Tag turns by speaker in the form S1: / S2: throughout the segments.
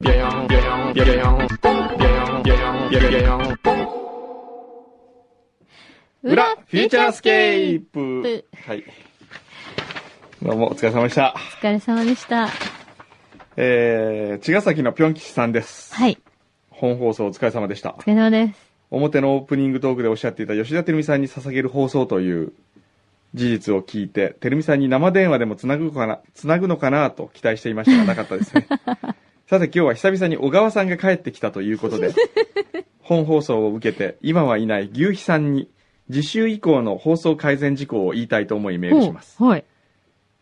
S1: ビヨンビヨンビヨンビヨンビヨンビヨンビヨン裏フューチャースケープはいどうもお疲れ様でした
S2: お疲れ様でした。
S1: えー、茅ヶ崎のぴょん吉さんです
S2: はい。
S1: 本放送お疲れ様でした
S2: お疲れ様です。
S1: 表のオープニングトークでおっしゃっていた吉田照美さんに捧げる放送という事実を聞いて照美さんに生電話でもつなぐかなつなぐのかなと期待していましたがなかったですねさて今日は久々に小川さんが帰ってきたということで本放送を受けて今はいない牛肥さんに次週以降の放送改善事項を言いたいと思いメールします
S2: おはい。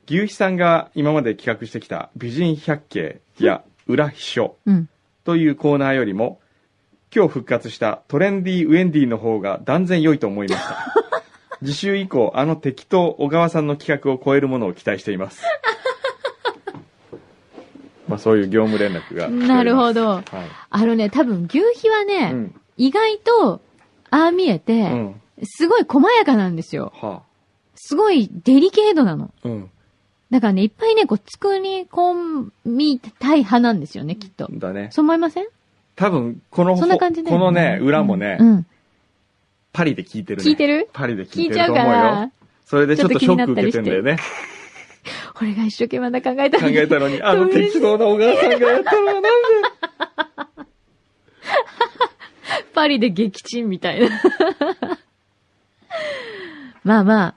S1: 牛肥さんが今まで企画してきた美人百景や裏秘書
S2: うん。
S1: というコーナーよりも今日復活したトレンディーウェンディの方が断然良いと思いました 次週以降あの適当小川さんの企画を超えるものを期待していますまあそういう業務連絡が来ております
S2: なるほど
S1: はい、
S2: あのね、多分、牛皮はね、
S1: うん
S2: 意外と、ああ見え
S1: う
S2: て、
S1: ん
S2: すごい細やかなんですよ。
S1: は
S2: すごいデリケートなの。
S1: あうん
S2: だからね、いっぱいね、こう、作り込みたい派なんですよね、きっと。
S1: だね
S2: そう思いません
S1: 多分この
S2: そんな感じで。
S1: このね裏もね、
S2: うん。うん
S1: パリで聞いてるね
S2: 聞いてる
S1: パリで聞
S2: 聞
S1: い
S2: い
S1: て
S2: ちゃ
S1: ると
S2: う
S1: 思
S2: か
S1: うよ
S2: ら、
S1: それでちょっとショ
S2: ちょっ
S1: ック
S2: と気になっ
S1: 受
S2: た
S1: け
S2: りして
S1: てんだよね
S2: 俺が一生懸命まだ考えた
S1: 考
S2: のに
S1: えたのに、あの
S2: どういう
S1: 適当な小川さんがやったのは なんで
S2: パリで撃沈みたいな。 まあまあ、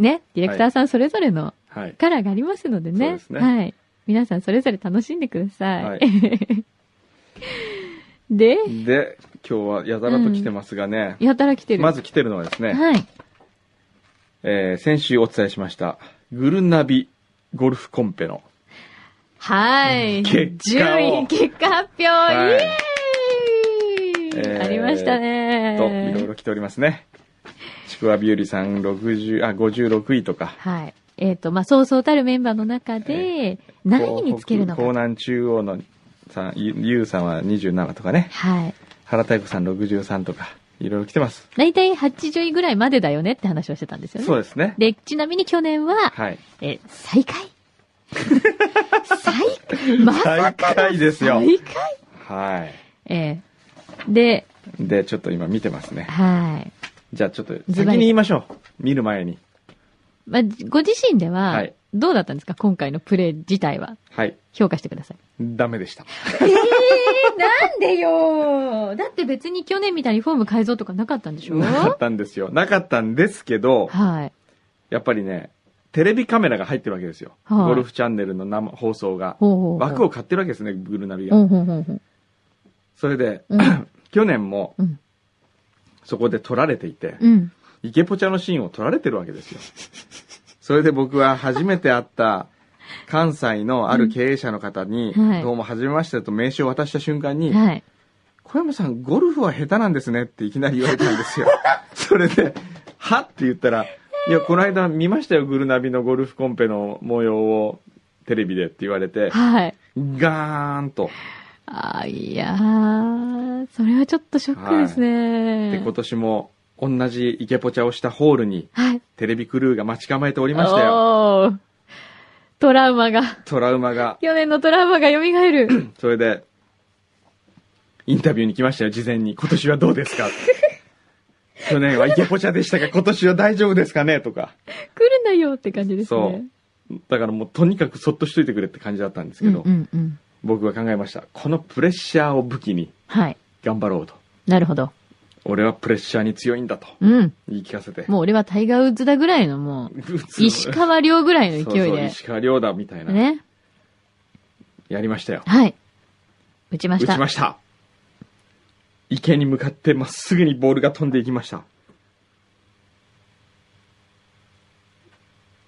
S2: ね、ディレクターさんそれぞれの
S1: はい。
S2: カラーがありますのでね。
S1: そうですね
S2: はい。皆さんそれぞれ楽しんでください。
S1: はい
S2: で、
S1: で、今日はやたらと来てますがね、
S2: やたら来てる。
S1: まず来てるのはですね、
S2: はい。
S1: えー先週お伝えしました、グルナビゴルフコンペの、
S2: はい。
S1: 結果を
S2: 順位、結果発表、
S1: はい
S2: イエーイ、
S1: えー
S2: ありました
S1: と、いろい
S2: ね。
S1: ろ来ておりますね。ちくわびゆりさん60、あ、56位とか、
S2: はい。えっ、と、まあ、そうそうたるメンバーの中で、何位につけるの
S1: 江
S2: か。
S1: 南中央のさん、ゆゆうさんは27とかね、
S2: はい。
S1: 原太子さん63とか、いろいろ来てます。
S2: 大体80位ぐらいまでだよねって話をしてたんですよね。
S1: そうですね。
S2: で、ちなみに去年は、
S1: はい。
S2: え、最下位最下位まさ
S1: 最
S2: か
S1: 下位ですよ。
S2: 最下位
S1: は
S2: ええで、
S1: い。で、ちょっと今見てますね。
S2: はい。
S1: じゃあちょっと
S2: ズ
S1: 先
S2: バ
S1: に
S2: リ
S1: 言いましょう。見る前に。
S2: まあ、ご自身では
S1: はい、
S2: どうだったんですか今回のプレー自体は。
S1: はい。
S2: 評価してください。
S1: ダメでした。
S2: ええなんでよだって別に去年みたいにフォーム改造とかなかったんでしょ
S1: なかったんですよ。なかったんですけど、
S2: はい。
S1: やっぱりね、テレビカメラが入ってるわけですよ。
S2: はい
S1: ゴルフチャンネルの生放送が。
S2: ほうほうほう。
S1: 枠を買ってるわけですね、グルナビ
S2: ほ
S1: が。
S2: うほうほうほう。
S1: それで、
S2: うん。
S1: 去年も
S2: うん。
S1: そこで撮られていて、
S2: うん。
S1: イケポチャのシーンを撮られてるわけですよ。それで僕は初めて会った関西のある経営者の方に、
S2: うんはい
S1: どうも初めましてと名刺を渡した瞬間に、
S2: はい。
S1: 小山さん、ゴルフは下手なんですねっていきなり言われたん ですよ。それで、はって言ったら、いや、この間見ましたよ、グルナビのゴルフコンペの模様をテレビでって言われて、
S2: はい。
S1: ガーンと。
S2: あーいやー、それはちょっとショックです
S1: で、
S2: ね。
S1: 今年も同じイケポチャをしたホールに
S2: はい。
S1: テレビクルーが待ち構えておりましたよ。
S2: おートラウマが、
S1: トラウマが。
S2: 去年のトラウマが 蘇る。
S1: それで、インタビューに来ましたよ、事前に。今年はどうです か去年はイケポチャでしたが、今年は大丈夫ですかねとか。
S2: 来るなよって感じですね。
S1: だからもうとにかくそっとしといてくれって感じだったんですけ
S2: うん
S1: ど、
S2: うんうん。
S1: 僕は考えました。このプレッシャーを武器に
S2: はい。
S1: 頑張ろうと。
S2: なるほど。
S1: 俺はプレッシャーに強いんだと
S2: うん。
S1: 言い聞かせて。
S2: もう俺はタイガー・ウッズだぐらいのも う、
S1: 普通の
S2: 石川遼ぐらいの勢い
S1: そうそう
S2: で。
S1: 石川亮だみたいな。
S2: ね。
S1: やりましたよ。
S2: はい。打ちま
S1: 打
S2: し
S1: ち
S2: た。
S1: ました。池に向かってまっすぐにボールが飛んでいきました。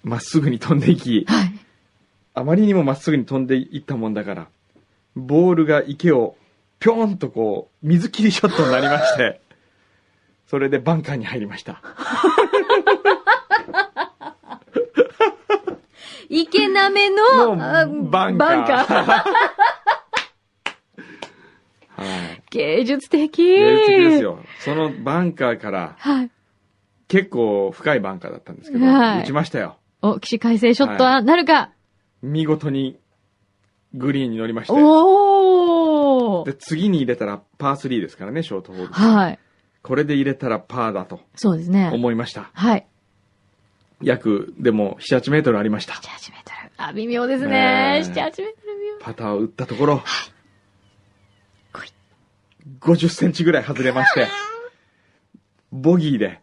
S1: まっすぐに飛んでいき、
S2: はい。
S1: あまりにもまっすぐに飛んでいったもんだから、ボールが池をぴょんとこう、水切りショットになりまして、 それでバンカーに入りました。
S2: 池なめ
S1: の
S2: の、
S1: バ
S2: あ
S1: ンカー。
S2: バンカ ー。
S1: はい。
S2: 芸術的。
S1: 芸術的ですよ。そのバンカーから、
S2: はい。
S1: 結構深いバンカーだったんですけど、
S2: はい
S1: 打ちましたよ。
S2: お、起死回生ショットはなるか、
S1: 見事にグリーンに乗りまして。
S2: おー
S1: で、次に入れたらパー3ですからね、ショートホール。
S2: はい。
S1: これで入れたらパーだと
S2: そうですね。
S1: 思いました。
S2: はい。
S1: 約、でも、7、8メートルありました。
S2: 7、8メートル。あ、微妙です
S1: ね
S2: ね。
S1: え
S2: 7、8メートル微妙。
S1: パターを打ったところ
S2: 来い、
S1: 50センチぐらい外れまして、ボギーで、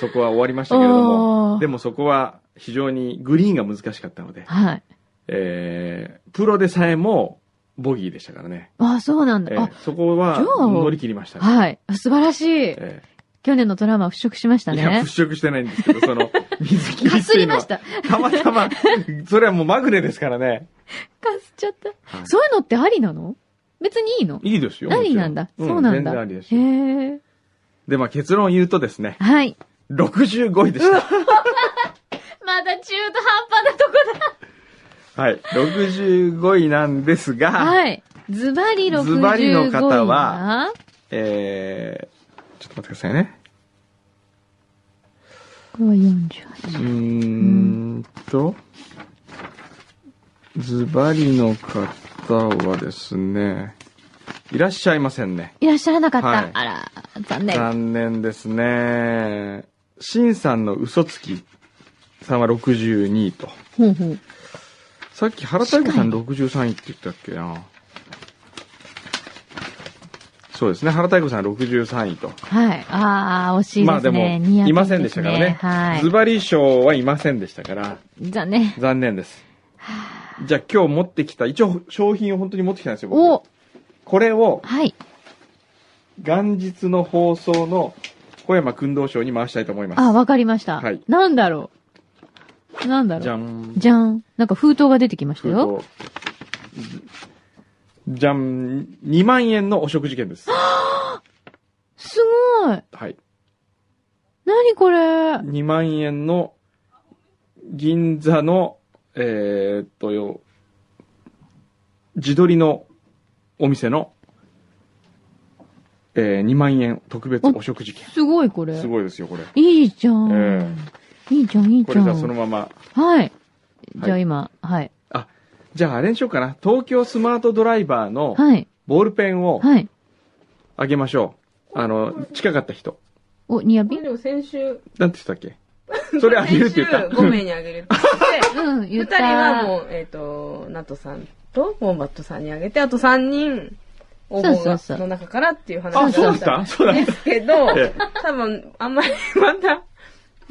S1: そこは終わりましたけれど
S2: お
S1: も、
S2: ー
S1: でもそこは非常にグリーンが難しかったので、
S2: はい。
S1: えー、プロでさえもボギーでしたからね。
S2: あ、そうなん
S1: え
S2: だ。
S1: ー、そこは
S2: じゃあ
S1: 乗り切りました
S2: あ、
S1: ね。
S2: はい。素晴らしい。
S1: え
S2: 去年のトラウマを払拭しました
S1: ーいや、
S2: ね。
S1: 払拭してないんですけど、その、水切り
S2: か
S1: っ
S2: す
S1: てい
S2: り
S1: うの
S2: ま
S1: は
S2: し、た。か
S1: たまたま、それはもうまぐれですからね。
S2: すっちゃった。
S1: はい
S2: そういうのってありなの別にいいの
S1: いいですよ。
S2: ありなんだ。
S1: もちろ
S2: そうなん
S1: 全然
S2: だ。
S1: あ
S2: へ
S1: りですよ。
S2: え。
S1: で、まあ結論を言うとですね、
S2: はい。
S1: 65位でした。
S2: まだ中途半端なとこ
S1: はい。65位なんですが、
S2: だ。はい。ズバリ65位。
S1: ズバリの方は、えー、ちょっと待ってくださいね。
S2: ここは
S1: うー
S2: 40。
S1: んと、ズバリの方はですね、いらっしゃいませんね。
S2: いらっしゃらなかった。
S1: はい
S2: あら、残念。
S1: 残念ですね。シンさんの嘘つきさんは62位と。
S2: ほうほう。
S1: さっき原太鼓さん63位って言ったっけな。そうですね。原太鼓さん63位と。
S2: はい。ああ、惜しいですね。
S1: まあでも、
S2: ニアピン
S1: いませんでしたからね。
S2: は
S1: ズバリ賞はいませんでしたから、
S2: い。残念。
S1: 残念 です。じゃあ今日持ってきた、一応商品を本当に持ってきたんですよ、
S2: お
S1: 僕。これを
S2: はい。
S1: 元日の放送の小山君堂賞に回したいと思います。
S2: あ、わかりました。
S1: はい
S2: なんだろう。なんだろう。
S1: じゃん。
S2: じゃん。なんか封筒が出てきました
S1: 封
S2: よ。
S1: 筒。じゃん、2万円のお食事券です。
S2: すごい。
S1: はい。
S2: なにこれ。あ
S1: 2万円の銀座の、えーっとよ、自撮りのお店の、えー、2万円特別お食事券。
S2: すごいこれ。
S1: すごいですよ、これ。
S2: いいじゃん。
S1: え
S2: いいじゃん、いい
S1: こ
S2: じ
S1: れ
S2: ゃ
S1: じゃあその
S2: ん。
S1: まま。
S2: はい。じゃあ今、はい。
S1: じゃああれにしようかな。東京スマートドライバーの
S2: はい。
S1: ボールペンを
S2: はい。
S1: あげましょう。あの、近かった人。
S2: お、ニアピ
S3: まあ
S2: ン
S3: でも先週、
S1: なんて言ったっけそれあげるって言った。
S3: 先週5名にあげるって 言って、
S2: うん、言
S3: 2
S2: った。
S3: 人はもう、えっ、と、ナトさんと、ウォンバットさんにあげて、あと3人、応募
S2: そう
S3: が
S2: そうそう
S3: の中からっていう話
S1: あ、そう
S3: だ
S1: だ
S3: っ
S1: った
S3: た
S1: そうだ
S3: ん
S1: っ
S3: ですけど、
S1: た。え
S3: 多分、あんまりまた、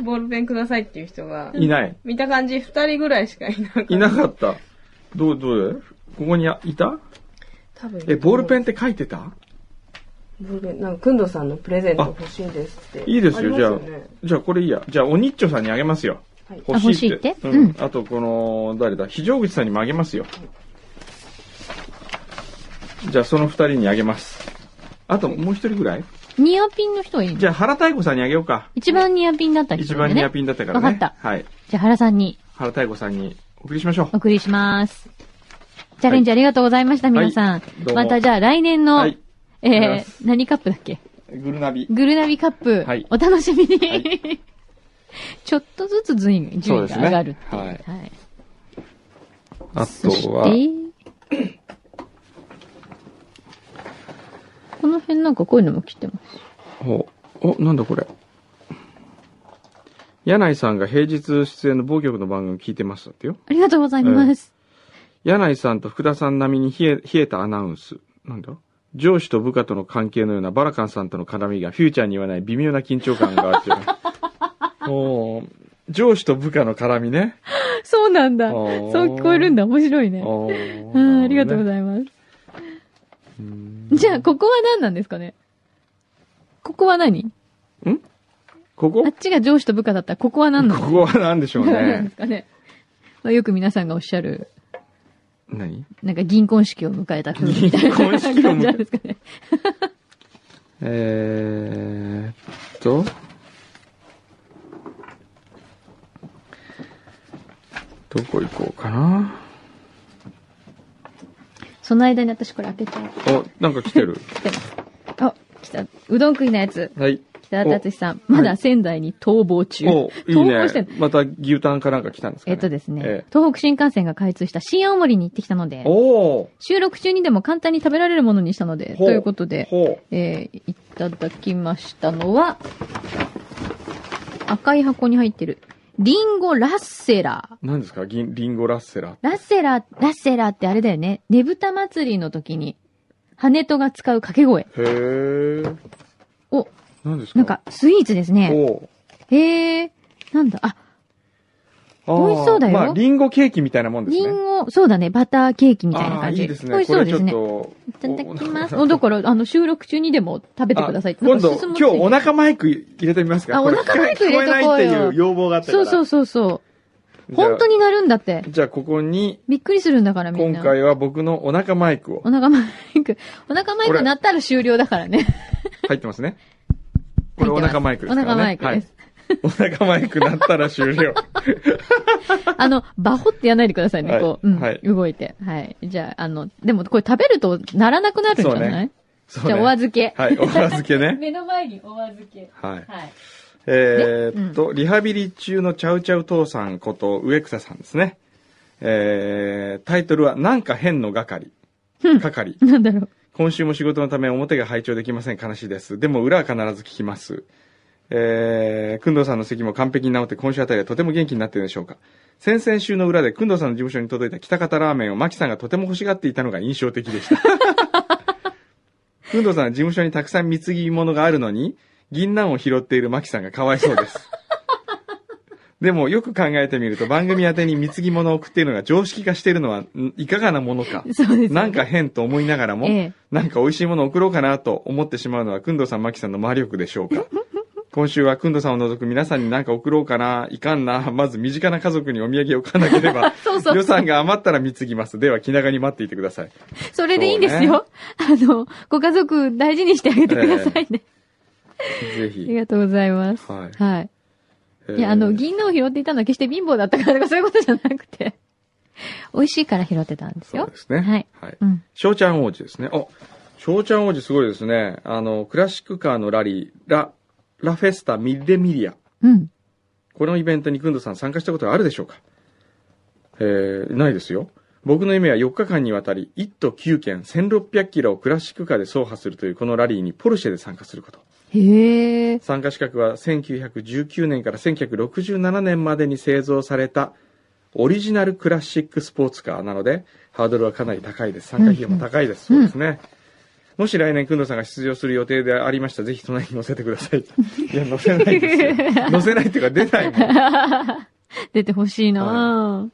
S3: ボールペンくださいっていう人が
S1: え、いない。
S3: 見た感じ2人ぐらいしかいなかった。
S1: いなかった。どう、どうだここにあいた
S3: 多分
S1: え、ボールペンって書いてた
S3: ボールペン、なんか、くんどさんのプレゼント欲しいですって。
S1: いいですよ、じゃあ
S3: ありますね。
S1: じゃあこれいいや。じゃあ、おにっちょさんにあげますよ。
S3: はい
S1: 欲しいって。
S2: あ欲しいって
S1: うん
S2: うん
S1: あと、この、誰だ非常口さんにもあげますよ。じゃあ、その二人にあげます。あと、もう一人ぐらい
S2: ニアピンの人はいいの
S1: じゃあ、原太子さんにあげようか。
S2: 一番ニアピンだった人
S1: 一
S2: なん
S1: 番
S2: でね。
S1: ニアピンだったからね。
S2: わかった
S1: はい。
S2: じゃあ原さんに
S1: 原太子さんにお送りしましょう
S2: お。送りします。チャレンジありがとうございました、皆さん。
S1: どうも
S2: またじゃあ来年の、
S1: はい。
S2: え
S1: りがとうございま
S2: ー、何カップだっけ
S1: グルナビ。
S2: グルナビカップ、
S1: はい
S2: お楽しみに、
S1: はい
S2: ちょっとずつ順位順
S1: そうで
S2: 位が
S1: すね
S2: 上がるっていう。
S1: はい
S2: はい。
S1: あ
S2: そ
S1: とは、
S2: して、この辺なんかこういうのも来てます。
S1: ほう。お、なんだこれ。柳井さんが平日出演の某局の番組聞いてますだってよ。
S2: ありがとうございます。
S1: 柳井さんと福田さん並みに冷え冷えたアナウンス。なんだ上司と部下との関係のようなバラカンさんとの絡みがフューチャーに言わない微妙な緊張感があって。 おー上司と部下の絡みね。
S2: そうなんだ。
S1: あー
S2: そう聞こえるんだ。面白いね。
S1: お
S2: うん、ありがとうご
S1: い
S2: ざいます。
S1: ます。
S2: じゃあ、ここは何なんですかねここは何
S1: ここ
S2: あっちが上司と部下だったら、ここは何な
S1: こ
S2: の
S1: こは何でしょう
S2: 何なんで
S1: ね
S2: す。かね、まあ、よく皆さんがおっしゃる、
S1: 何
S2: なんか銀婚式を迎えた夫婦みたいな
S1: 銀婚
S2: 感
S1: 式
S2: じ
S1: を迎え
S2: なんですかね。
S1: えーっと。どこ行こうかな。
S2: その間に私これ開けちゃう。
S1: お、なんか来 てる。
S2: 来てます。あ、来た。うどん食いのやつ。
S1: はい。
S2: 北田達さん、まだ仙台に逃亡中。
S1: お、いい
S2: 逃亡して
S1: ね
S2: る。。
S1: また牛タンかなんか来たんですか、
S2: え
S1: ね、
S2: っとですね、
S1: え
S2: 東北新幹線が開通した新青森に行ってきたので
S1: え、おー
S2: 収録中にでも簡単に食べられるものにしたので、
S1: ほう
S2: ということで、
S1: ほ
S2: えーいただきましたのは、赤い箱に入ってる、リンゴラッセラー。
S1: う。何ですか銀リンゴラッセラ。
S2: ラッセラー、ラッセラーってあれだよね。ねぶた祭りの時に、羽とが使う掛け声。
S1: へー。
S2: お、
S1: 何ですか
S2: なんか、スイーツですね。
S1: お
S2: へえ、なんだ、あ、
S1: あー
S2: 美味しそうだよ
S1: まあ、リンゴケーキみたいなもんです
S2: リ
S1: ね。
S2: ンゴ、そうだね、バターケーキみたいな
S1: あー
S2: 感じ。
S1: いいです
S2: 美
S1: ね。
S2: 味し
S1: こ
S2: そ
S1: れ
S2: うで
S1: ちょ
S2: す
S1: っ
S2: ね。
S1: と。
S2: いただきます。お、だから、あの、収録中にでも食べてください。
S1: あ今度、
S2: な
S1: 今
S2: んか進む
S1: 日お腹マイク入れてみますか
S2: あ
S1: これ
S2: お腹マイク入れとこうよ
S1: 聞こえないっていう要望があったか
S2: そ
S1: ら。
S2: うそうそうそう。本当
S1: に
S2: になるんだって。
S1: じゃあ、ここに、
S2: びっくりするんだから、みん
S1: 今
S2: な。
S1: 回は僕のお腹マイクを
S2: お。腹マイク。お腹マイク鳴ったら終了だか らね。
S1: 入ってますね。これお腹マイクですか
S2: お
S1: らね。
S2: 腹マイクです。
S1: はい。お腹マイクなったら終了。
S2: あの、バホってやらないでくださいね、
S1: はい
S2: こう。うん、
S1: はい
S2: 動いて。はい。じゃあ、あの、でもこれ食べるとならなくなるんじゃ
S1: そう
S2: ない、
S1: ねそう
S2: じ
S1: ね
S2: ゃあ、お預け。
S1: はい、お預けね。
S2: 目の前にお預け。
S1: はい。
S2: はい。
S1: えーっと、リハビリ中のチャウチャウ父さんこと植草さんですね。えー、タイトルは、なんか変の係。係。
S2: なんだろう。
S1: 今週も仕事のため表が拝聴できません。悲しいです。でも裏は必ず聞きます。えー、くんどうさんの席も完璧に治って今週あたりはとても元気になっているでしょうか。先々週の裏でくんどうさんの事務所に届いた北方ラーメンをマキさんがとても欲しがっていたのが印象的でした。 くんどうさんは事務所にたくさん貢ぎ物があるのに、銀杏を拾っているマキさんがかわいそうです。でもよく考えてみると番組宛てに貢ぎ物を送っているのが常識化しているのはんいかがなものか。
S2: そうです、ね。
S1: なんか変と思いながらも、
S2: ええ、
S1: なんか美味しいものを送ろうかなと思ってしまうのは、くんどさん、まきさんの魔力でしょうか。今週はくんどさんを除く皆さんに何か送ろうかな、いかんな、まず身近な家族にお土産を置かなければ
S2: そうそう
S1: 予算が余ったら貢ぎます。では気長に待っていてください。
S2: それでいいんですよ。あの、ご家族大事にしてあげてくださいね。
S1: ぜ
S2: あり
S1: ひ。
S2: がとうございます。
S1: はい
S2: はい。いや、あの、銀杏を拾っていたのは決して貧乏だったからとかそういうことじゃなくて、美味しいから拾ってたんです
S1: そう
S2: よ
S1: で。すね。
S2: はい
S1: はい。
S2: うん。
S1: 翔ちゃん王子ですね。あ、翔ちゃん王子すごいですね。あの、クラシックカーのラリー、ラ、ラフェスタミッレミリア。
S2: うん。
S1: このイベントにくんどさん参加したことはあるでしょうかえー、ないですよ。僕の夢は4日間にわたり、1都9県1600キロをクラシックカーで走破するというこのラリーにポルシェで参加すること。
S2: へえ。
S1: 参加資格は1919年から1967年までに製造されたオリジナルクラシックスポーツカーなので、ハードルはかなり高いです。参加費用も高いです。そ
S2: うん
S1: う
S2: うん
S1: ですね。もし来年、くんどさんが出場する予定でありましたら、ぜひ隣に乗せてください。いや、乗せないですよ。乗せないっていうか、出ないもん。
S2: 出てほしいな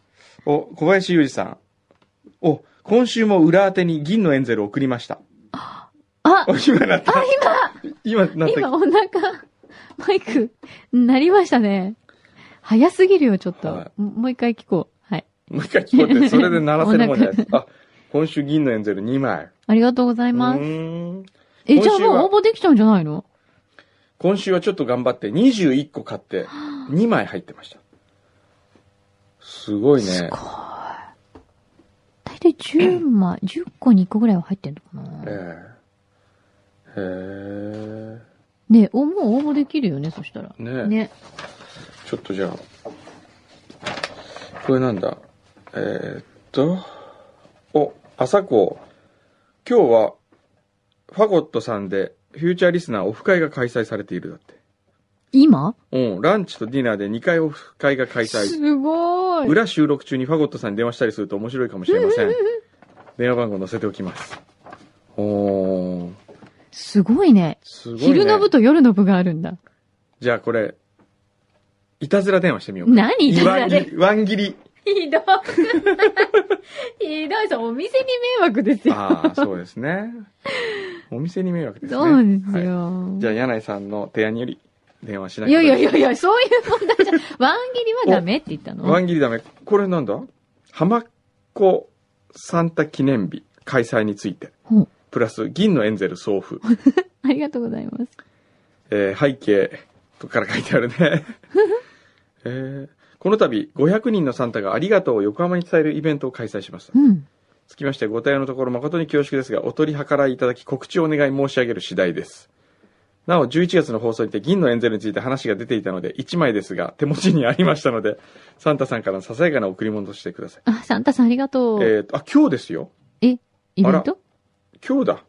S1: お、小林裕二さん。お、今週も裏宛てに銀のエンゼルを送りました。
S2: あ、
S1: お、今なった。 今今なった。
S2: 今お腹、マイク、なりましたね。早すぎるよ、ちょっと。
S1: は
S2: ももう一回聞こう。はい。
S1: もう一回聞こえて、それで鳴らせるもんじゃないですか。あ、 今週銀のエンゼル2枚。
S2: ありがとうございうます。
S1: ーん。
S2: え、
S1: 今
S2: じ
S1: 週
S2: ゃ
S1: は
S2: あもう応募できちゃうんじゃないの
S1: 今週はちょっと頑張って、21個買 って、2枚入ってました。すごいね。
S2: 大体10枚、10個に1個ぐ らいは入ってんのかな
S1: ええへ
S2: ねお、もう応募できるよね、そしたら
S1: え。。ねえ。
S2: ね。
S1: ちょっとじゃあ、これなんだ。えーっと、お、朝子、今日は、ファゴットさんで、フューチャーリスナーオフ会が開催されているだって。
S2: 今
S1: うん、ランチとディナーで2回オフ会が開催。
S2: すごい。
S1: 裏収録中にファゴットさんに電話したりすると面白いかもしれませ ん。電話番号載せておきます。おー、
S2: すごいね。
S1: すごい、ね。
S2: 昼の部と夜の部があるんだ。
S1: じゃあこれ、いたずら電話してみようか。
S2: 何いたずらで。
S1: ワン切り。
S2: ひどい。ひどいさ、お店に迷惑ですよ。
S1: ああ、そうですね。お店に迷惑ですね。
S2: そうです
S1: はい
S2: よ。
S1: じゃあ、柳井さんの提案により電話しない
S2: いやいやいやいや、そういう問題じゃ ん。ワン切りはダメって言ったの
S1: ワン切りダメ。これなんだ浜っ子サンタ記念日開催について、
S2: ほう。
S1: プラス銀のエンゼル送 付、
S2: ありがとうございます。
S1: えー背景とから書いてある ね、えーこの度500人のサンタがありがとうを横浜に伝えるイベントを開催しました
S2: うん。
S1: つきましてご対応のところ誠に恐縮ですがお取り計らいいただき告知をお願い申し上げる次第ですなお11月の放送にて銀のエンゼルについて話が出ていたので1枚ですが手持ちにありましたのでサンタさんからのささやかな贈り物としてください
S2: あ、サンタさんありがとう。
S1: えーとあ今日ですよ
S2: え、イベント
S1: 今日だ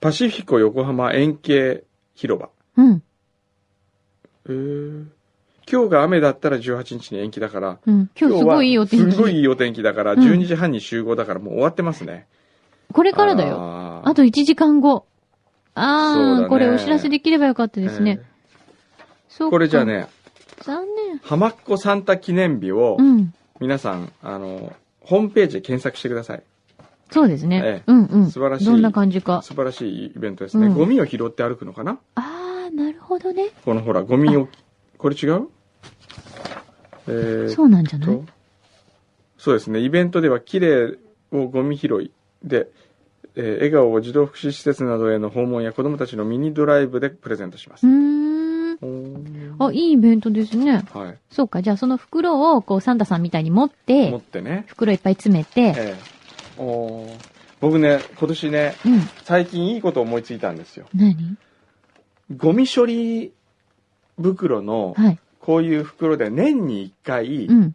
S1: パシフィコ横浜円形広場
S2: うん。
S1: えー今日が雨だったら18日に延期だから
S2: うん。今日すごいいいお天
S1: 今日はすごいい
S2: 気。
S1: いお天気だから
S2: うん
S1: 12時半に集合だからもう終わってますね、
S2: これからだよ。
S1: あー
S2: あと1時間後。
S1: そうだ
S2: あー、
S1: ね
S2: これお知らせできればよかったですね。
S1: え
S2: そ
S1: ー
S2: う
S1: これじゃあ。ね
S2: 残念。
S1: 浜っ子サンタ記念日を
S2: うん。
S1: 皆さんあのホームページで検索してください
S2: そうですね。
S1: ええ
S2: うんうん。
S1: 素晴らしい
S2: どんな感じか。
S1: 素晴らしいイベントですね、
S2: うん
S1: ゴミを拾って歩くのかな
S2: あー、なるほどね。
S1: このほらゴミをこれ違うえー
S2: そうなんじゃな
S1: と
S2: い
S1: そうですねイベントでは「綺麗をゴミ拾い」で、えー笑顔を児童福祉施設などへの訪問や子どもたちのミニドライブでプレゼントしま
S2: う
S1: す、
S2: ーん。
S1: おー
S2: あ、いいイベントですね。
S1: はい
S2: そうか。じゃあその袋を、こう、サンタさんみたいに持って、
S1: 持ってね、
S2: 袋いっぱい詰めて、
S1: えーおー僕ね今年ね
S2: うん。
S1: 最近いいこと思いついたんですよ
S2: 何
S1: ゴミ処理袋の
S2: はい。
S1: こういう袋で年に1回、
S2: うん。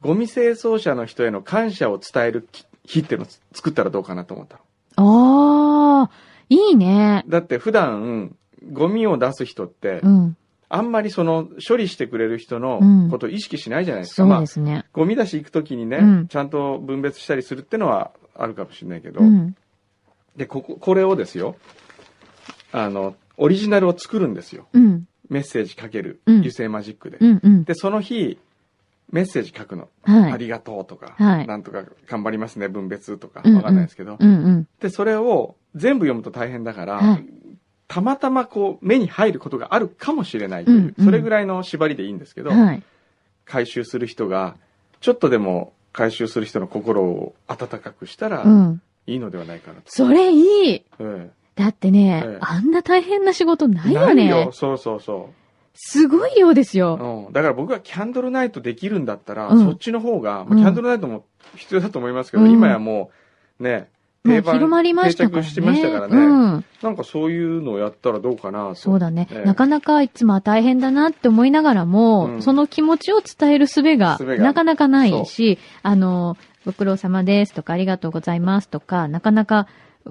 S1: ゴミ清掃者の人への感謝を伝えるき日っていうのを作ったらどうかなと思ったの
S2: あー、いいね。
S1: だって普段ゴミを出す人って、
S2: うん。
S1: あんまりその処理してくれる人
S2: う
S1: の
S2: ん
S1: ことを意識しないじゃないですか。
S2: そう
S1: まあ
S2: で、すね。
S1: ゴミ出し行くときにね、
S2: うん
S1: ちゃんと分別したりするってのはあるかもしれないけど、
S2: うん。
S1: で、ここ、これをですよ、あの、オリジナルを作るんですよ。
S2: うん。
S1: メッセージかける、
S2: うん
S1: 油性マジックで。
S2: うん。うん。
S1: で、その日、メッセージ書くの。あ
S2: はい。
S1: りがとうとか、
S2: はい
S1: なんとか頑張りますね、分別とか、
S2: うんうん
S1: わかんないですけど。
S2: うんうん。
S1: で、それを全部読むと大変だから、
S2: はい
S1: たまたまこう、目に入ることがあるかもしれないという、
S2: うんうん
S1: それぐらいの縛りでいいんですけど、
S2: はい。
S1: 回収する人が、ちょっとでも回収する人の心を温かくしたら
S2: う、ん。
S1: いいのではないかなと。
S2: それいい
S1: え
S2: だってね、
S1: ええ
S2: あんな大変な仕事な
S1: え
S2: いよ
S1: ない
S2: ね。
S1: よ、そうそうそ
S2: すごい量です
S1: う、
S2: よ。
S1: うん。だから僕がキャンドルナイトできるんだったら、
S2: うん
S1: そっちの方が、ま
S2: う
S1: あ、
S2: ん
S1: キャンドルナイトも必要だと思いますけど、
S2: うん
S1: 今やもう、ね、
S2: もう広まりましたか
S1: 定
S2: らね。
S1: 着してましたからね。
S2: うん。
S1: なんかそういうのをやったらどうかなと。
S2: そうだね、
S1: ええ
S2: なかなかいつもは大変だなって思いながらも、
S1: うん
S2: その気持ちを伝える術が
S1: 術が
S2: なかなかないし、あの、ご苦労様ですとかありがとうございますとか、なかなか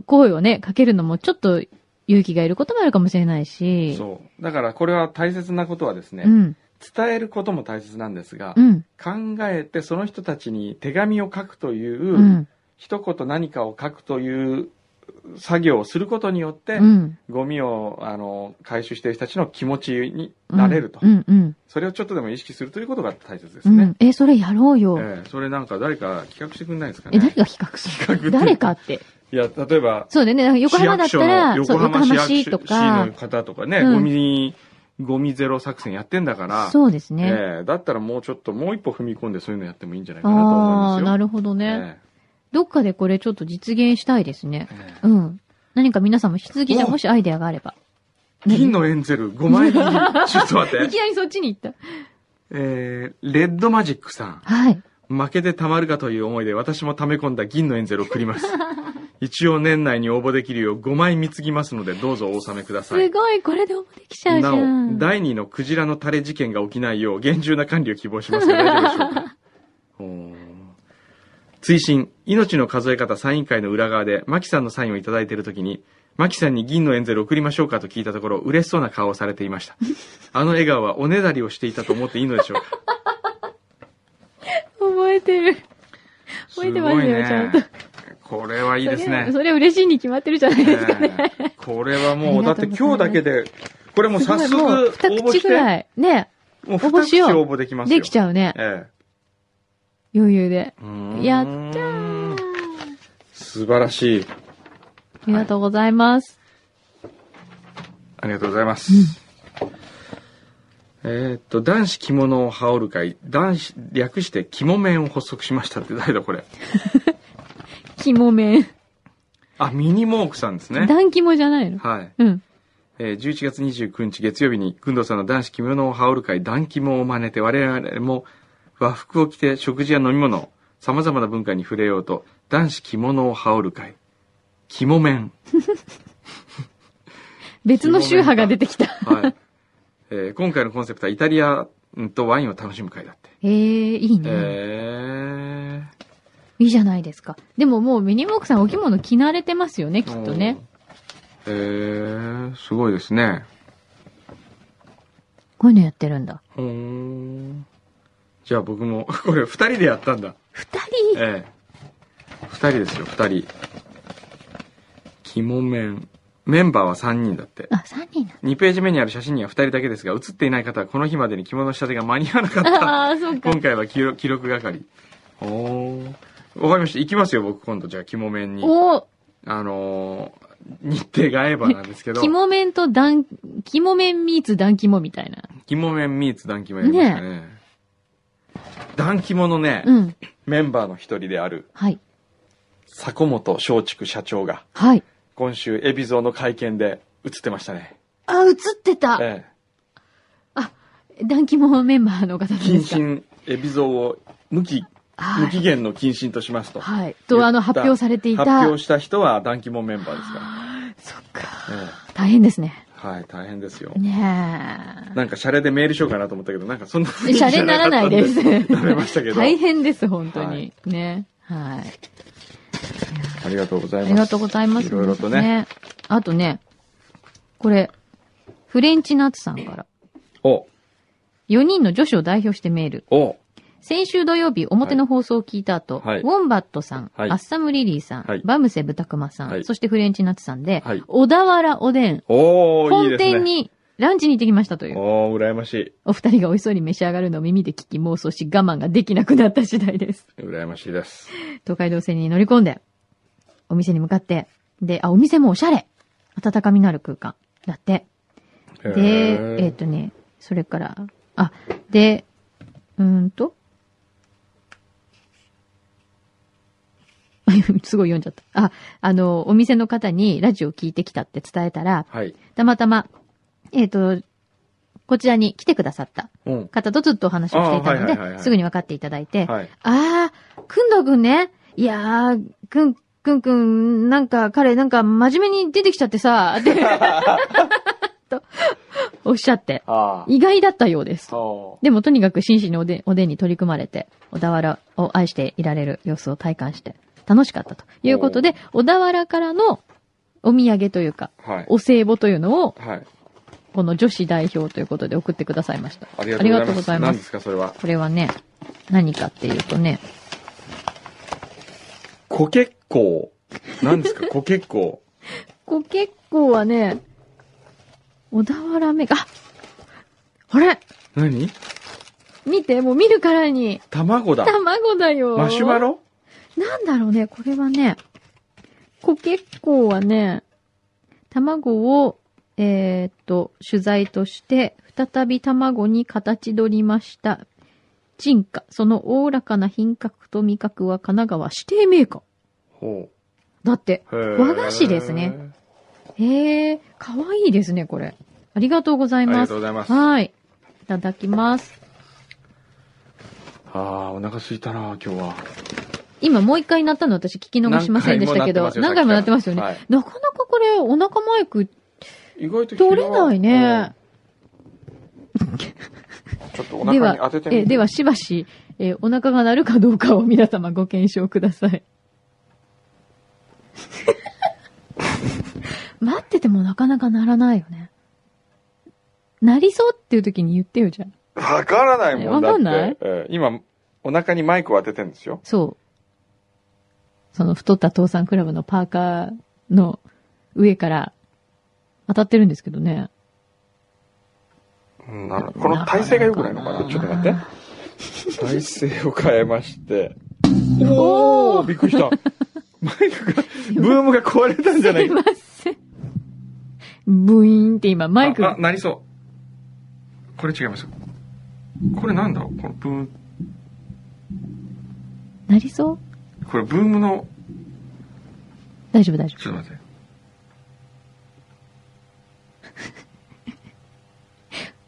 S2: 声をね、かけるのもちょっと勇気がいることもあるかもしれないし。
S1: そう。だからこれは大切なことはですね、
S2: うん。
S1: 伝えることも大切なんですが
S2: う、ん。
S1: 考えてその人たちに手紙を書くという、
S2: うん。
S1: 一言何かを書くという作業をすることによって、
S2: うん。
S1: ゴミをあの回収している人たちの気持ちになれると、
S2: うん。うん。
S1: それをちょっとでも意識するということが大切で
S2: う
S1: す
S2: ん。
S1: ね。
S2: え、それやろうよ。
S1: ええそれなんか誰か企画してくんないですか
S2: え、誰
S1: ね。
S2: が比較す
S1: 比較って
S2: る誰かって。
S1: いや、例えば、
S2: そうだよね。だから横浜だったら、
S1: 市役
S2: そ
S1: 所
S2: う、
S1: の横
S2: 横
S1: 浜
S2: 浜
S1: 市
S2: 市と
S1: 役所市
S2: か
S1: の、方とかね、
S2: うん
S1: ゴミ、ゴミゼロ作戦やってんだから、
S2: そうですね。
S1: ええだったらもうちょっともう一歩踏み込んでそういうのやってもいいんじゃないかなと
S2: あ
S1: 思
S2: あ、
S1: いますよ。
S2: なるほどね。どっかでこれちょっと実現したいですね。
S1: えええ
S2: うん。何か皆さんも引き続きじゃあ
S1: お
S2: もしアイデアがあれば。
S1: え銀のエンゼル5枚 入りちょっと待っ
S2: い
S1: て。
S2: きなりそっちに行った。
S1: えー、レッドマジックさん。
S2: はい。
S1: 負けてたまるかという思いで私も溜め込んだ銀のエンゼルを送り ます。一応年内に応募できるよう5枚貢ぎますのでどうぞお納めくださ
S2: す
S1: い。
S2: ごい、これで応募できちゃうじゃ
S1: なお、
S2: ん。
S1: 第2のクジラの垂れ事件が起きないよう厳重な管理を希望しますが大丈夫でしょう かおー追伸、命の数え方サイン会の裏側で、マキさんのサインをいただいているときに、マキさんに銀のエンゼルを送りましょうかと聞いたところ、嬉しそうな顔をされていました。あの笑顔はおねだりをしていたと思っていいのでしょうか
S2: 覚えてる。覚えてますよ
S1: ごいね
S2: ちゃんと
S1: これはいいですね。
S2: それは嬉しいに決まってるじゃないですかね。
S1: ええこれはもう、だ
S2: ありが
S1: って
S2: とうございます
S1: 今日だけで、これもう
S2: すご
S1: 早
S2: い
S1: 速応
S2: も
S1: 募
S2: う
S1: して、
S2: 二口ぐらい。ね。
S1: もう
S2: 応募しよう
S1: 二口応募できますよ。
S2: できちゃうね。
S1: え
S2: 余裕で。
S1: えうーん
S2: やった
S1: 素晴らしい。
S2: ありがとうございます。
S1: ありがとうございます。えーっと、男子着物を羽織る会、男子、略して着物面を発足しましたって誰だこれ。
S2: 肝麺。
S1: あ、ミニモークさんですね。
S2: 団肝じゃないの
S1: はい。
S2: うん。
S1: えー11月29日月曜日に、工藤さんの男子着物を羽織る会、団着物を真似て、我々も和服を着て食事や飲み物、様々な文化に触れようと、男子着物を羽織る会、肝面。
S2: 別の宗派が出てきた。
S1: はい。えー今回のコンセプトはイタリアうんとワインを楽しむ会だって。
S2: えー、いいね、
S1: えー
S2: いいじゃないですか。でももうミニモークさんお着物着慣れてますよね、きっとね。。
S1: えー、すごいですね。
S2: こういうのやってるんだ。
S1: ほーん。じゃあ僕も、 これ二人でやったんだ。
S2: 二人
S1: ええ。二人ですよ、二人。肝面。メンバーは三人だって。
S2: あ、三人なんだ。
S1: 2ページ目にある写真には2人だけですが、写っていない方はこの日までに着物の仕立てが間に合わなかった。
S2: ああ、そうか
S1: 今。回は記録記録係。おー。わかりました。行きますよ、僕今度。じゃあ、肝面に。
S2: おー
S1: あのー日程が合えばなんですけど、
S2: 肝麺と団、肝麺ミーツ団肝みたいな。
S1: 肝面ミーツ団肝やりましたね。団肝のね、
S2: うん。
S1: メンバーの一人である、
S2: はい。
S1: 坂本松竹社長が、
S2: はい。
S1: 今週、エビゾの会見で映ってましたね。
S2: あ、映ってた
S1: ええ。
S2: 団肝メンバーの方
S1: 謹
S2: ですか。
S1: 慎、エビゾを無期、
S2: は
S1: 無期
S2: い。
S1: 限の謹慎としますと。
S2: はい。
S1: 言っ
S2: と、
S1: た
S2: あの、発表されていた。
S1: 発表した人は団肝メンバーですか
S2: そっか。
S1: ら。え
S2: 大変ですね
S1: え。はい、大変ですよ。
S2: ねえ。
S1: なんか、シャレでメールしようかなと思ったけど、なんか、そんな雰囲気
S2: シ
S1: じゃ
S2: ャレにならないです。
S1: なれましたけど。
S2: 大変です、本当に。
S1: はい
S2: ね。はい。
S1: ありがとうござい
S2: あ
S1: ます。
S2: りがとうございます。
S1: いろいろと
S2: 皆さん
S1: ね。。
S2: あとね、これ、フレンチナッツさんから。
S1: お、
S2: 4人の女子を代表してメール。
S1: お、
S2: 先週土曜日、表の放送を聞いた後、
S1: はい
S2: ウォンバットさん、
S1: はい
S2: アッサムリリーさん、
S1: はい
S2: バムセ豚熊さん、
S1: はい
S2: そしてフレンチナッツさんで、
S1: はい
S2: 小田原おでん、
S1: おー、いい
S2: 本
S1: ですね。
S2: 店にランチに行ってきましたという、
S1: おー、羨ましい。
S2: お二人が美味しそうに召し上がるのを耳で聞き妄想し我慢ができなくなった次第 です。
S1: 羨ましいです。
S2: 東海道線に乗り込んで、お店に向かって、で、あ、お店もおしゃれ温かみのある空間。だって。
S1: へ
S2: で、
S1: ー
S2: えっ、とね、それから、あ、で、うーんと。 あすごい読んじゃった。あ、あの、お店の方にラジオ聞いてきたって伝えたら、
S1: はい。
S2: たまたま、えっ、と、こちらに来てくださった
S1: うん。
S2: 方とずっとお話をしていたの
S1: あーはいはいはいは
S2: で、
S1: い
S2: すぐに分かっていただいて、
S1: はい。
S2: ああ、くんどうくんね。いやー、くん、くんくん、なんか彼、なんか真面目に出てきちゃってさ、ってと、おっしゃって、
S1: あ
S2: 意外だったようです。
S1: そ
S2: でもとにかく真摯におでん、おでんに取り組まれて、小田原を愛していられる様子を体感して、楽しかったということで、小田原からのお土産というか、
S1: う。はい。
S2: お歳暮というのを、
S1: はい。
S2: この女子代表ということで送ってくださいました。
S1: ありがとうございます。
S2: ありがとうございま
S1: 何
S2: す
S1: ですか、それは。
S2: これはね、何かっていうとね、
S1: コケッコー。何ですか、コケッコ
S2: ここ結構はね、小田原めが、あほれ
S1: ー。 何
S2: 見て、もう見るからに、
S1: 卵だ。
S2: 卵だよ。
S1: マシュマロ
S2: なんだろうね、これはね、こ結構はね、卵を、えーっと、取材として、再び卵に形取りました。沈下、そのおおらかな品格と味覚は神奈川指定メーカー。
S1: ほ
S2: だって、
S1: う。へー
S2: 和菓子ですね。へえ、かわいいですね、これ。ありがとうござ
S1: あ
S2: い
S1: り
S2: ま
S1: が
S2: す
S1: とう。ございます。あ
S2: はい。いただきます。
S1: あー、お腹すいたな、今日は。
S2: 今もう一回鳴ったの私聞き逃しませんでしたけど、
S1: 何
S2: 何回
S1: 回
S2: も
S1: も
S2: 鳴
S1: 鳴っ
S2: っ
S1: てて
S2: ま
S1: ますす
S2: よ
S1: よ
S2: ね。
S1: さっき
S2: なかなかこれ、お腹マイク
S1: 意外と
S2: 取れないね。
S1: うんちょっとお
S2: で
S1: 腹に当
S2: は
S1: てて、み
S2: え
S1: る
S2: ではしばし、えーお腹が鳴るかどうかを皆様ご検証くだ さい。待っててもなかなか鳴らないよね。鳴りそうっていう時に言ってよ、じゃあ。
S1: わからないもんだって。
S2: わかんない
S1: えー今、お腹にマイクを当ててんですよ。
S2: そう。その太った父さんクラブのパーカーの上から当たってるんですけどね。
S1: うんなるこの体勢が良くないのかなちょっと待って。体勢を変えまして。お
S2: お
S1: ーびっくりした。マイクが、ブームが壊れたんじゃ
S2: す
S1: ない
S2: いません。ブイーンって今マイク
S1: あ、
S2: が
S1: あ。なりそう。これ違います。これなんだこのブーム、
S2: なりそう
S1: これブームの
S2: 大丈夫、大丈
S1: すいません。
S2: 夫。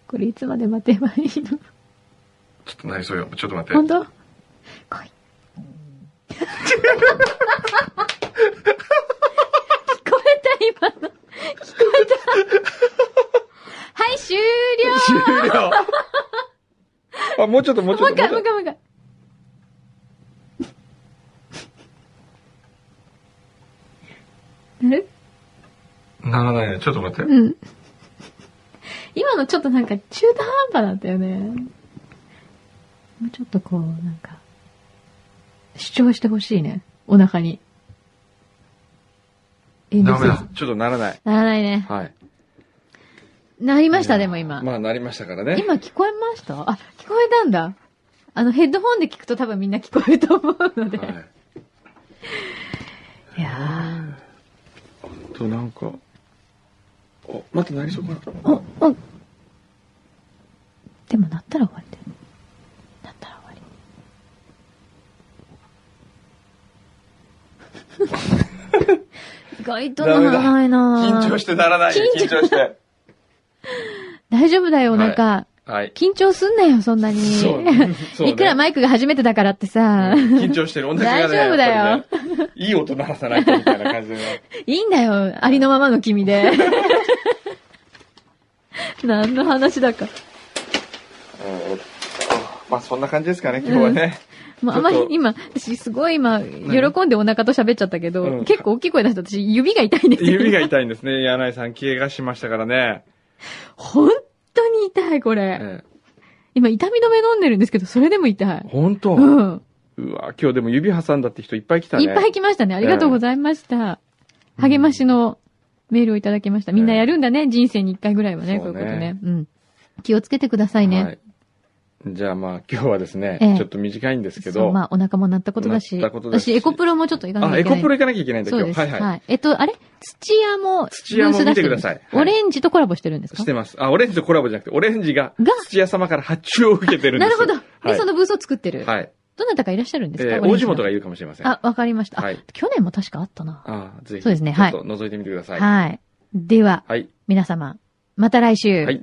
S2: これいつまで待てばいいの
S1: ちょっと何それよ。ちょっと待
S2: 本
S1: って。
S2: 当来い。聞こえた、今の。聞こえた。はい、終了
S1: 終了 あ、もうちょっともうち
S2: も
S1: ょ
S2: う
S1: っ
S2: 一
S1: と。
S2: 回、も
S1: も
S2: う
S1: うちょっ
S2: 一回、もう一回。 なる
S1: とならないね。ちょっと待って。
S2: うん。今のちょっとなんか中途半端だったよね。もうちょっとこう、なんか、主張してほしいね。お腹に。遠慮
S1: ダ
S2: せ
S1: メ
S2: ず
S1: だ。ちょっとならない。
S2: ならないね。
S1: はい。
S2: なりまし
S1: い
S2: た、
S1: や
S2: でも今。
S1: まあ、なりましたからね。
S2: 今聞こえましたあ、聞こえたんだ。あの、ヘッドホンで聞くと多分みんな聞こえると思うので。、
S1: はい
S2: や
S1: い。と、なんか、お、またなりそうかな。
S2: ー。お、お。でもなったら終わりだよ。なったら終わり。 意外とならないな
S1: 緊張してならない。緊張して。
S2: 大丈夫だよ、
S1: はい
S2: なんか。
S1: はい。
S2: 緊張すんなよ、そんなに。
S1: そうねそうね
S2: いくらマイクが初めてだからってさ。
S1: 緊張してる。同じがね、
S2: 大丈夫だよ
S1: やっぱりね。いい音鳴らさないとみたいな感じでね。
S2: いいんだよ、ありのままの 君で。何の話だか。
S1: うんまあ、そんな感じですかね、今日はね。
S2: もうあま
S1: ちょ
S2: り
S1: っと
S2: 今、私すごい今、喜んでお腹と喋っちゃったけど、
S1: うん
S2: 結構大きい声出した私指が痛いんですよ。
S1: 指が痛いんですね。柳井さん、怪我しましたからね。
S2: 本当に痛い、これ。
S1: ええ
S2: 今痛み止め飲んでるんですけど、それでも痛い。
S1: 本当、
S2: う。
S1: うんわ、今日でも指挟んだって人いっぱい来たね。
S2: いっぱい来ましたね。ありがとうございました。励ましのメールをいただきました。みんなやるんだね、人生に一回ぐらいはね、こ
S1: そうう
S2: いう
S1: ね
S2: ことね。うん。気をつけてください
S1: は
S2: ね。
S1: い。じゃあまあ、今日はですね、
S2: ええ
S1: ちょっと短いんですけ
S2: そう
S1: ど、
S2: まあ、お腹も鳴ったことだし。
S1: 鳴ったことだし
S2: 私、エコプロもちょっといかなきゃ
S1: あ、
S2: い
S1: エ
S2: けな
S1: コ
S2: い。
S1: プロ行かなきゃいけないんだ、
S2: そ
S1: 今
S2: う
S1: 日。
S2: です。
S1: はいはい。
S2: はい。えっと、あれ土屋も、
S1: 土屋も
S2: ブース出してる
S1: 見てくださいはい
S2: オレンジとコラボしてるんですか
S1: してます。あ、オレンジとコラボじゃなくて、オレンジが
S2: が、
S1: 土屋様から発注を受けてるんで
S2: な
S1: す
S2: る
S1: よ
S2: ほど。で、
S1: はい
S2: そのブースを作ってる。
S1: はい。
S2: どなたかいらっしゃるんですか、
S1: えー
S2: オレン
S1: 大地
S2: ジの
S1: 元がいるかもしれません。あ
S2: あ、わかりました。あ
S1: はい
S2: 去年も確かあったな。
S1: あ、ぜひ。
S2: そうですね
S1: ちょっ
S2: はい
S1: と覗いてみてください。
S2: はい。では、
S1: はい。
S2: 皆様、また来週。
S1: はい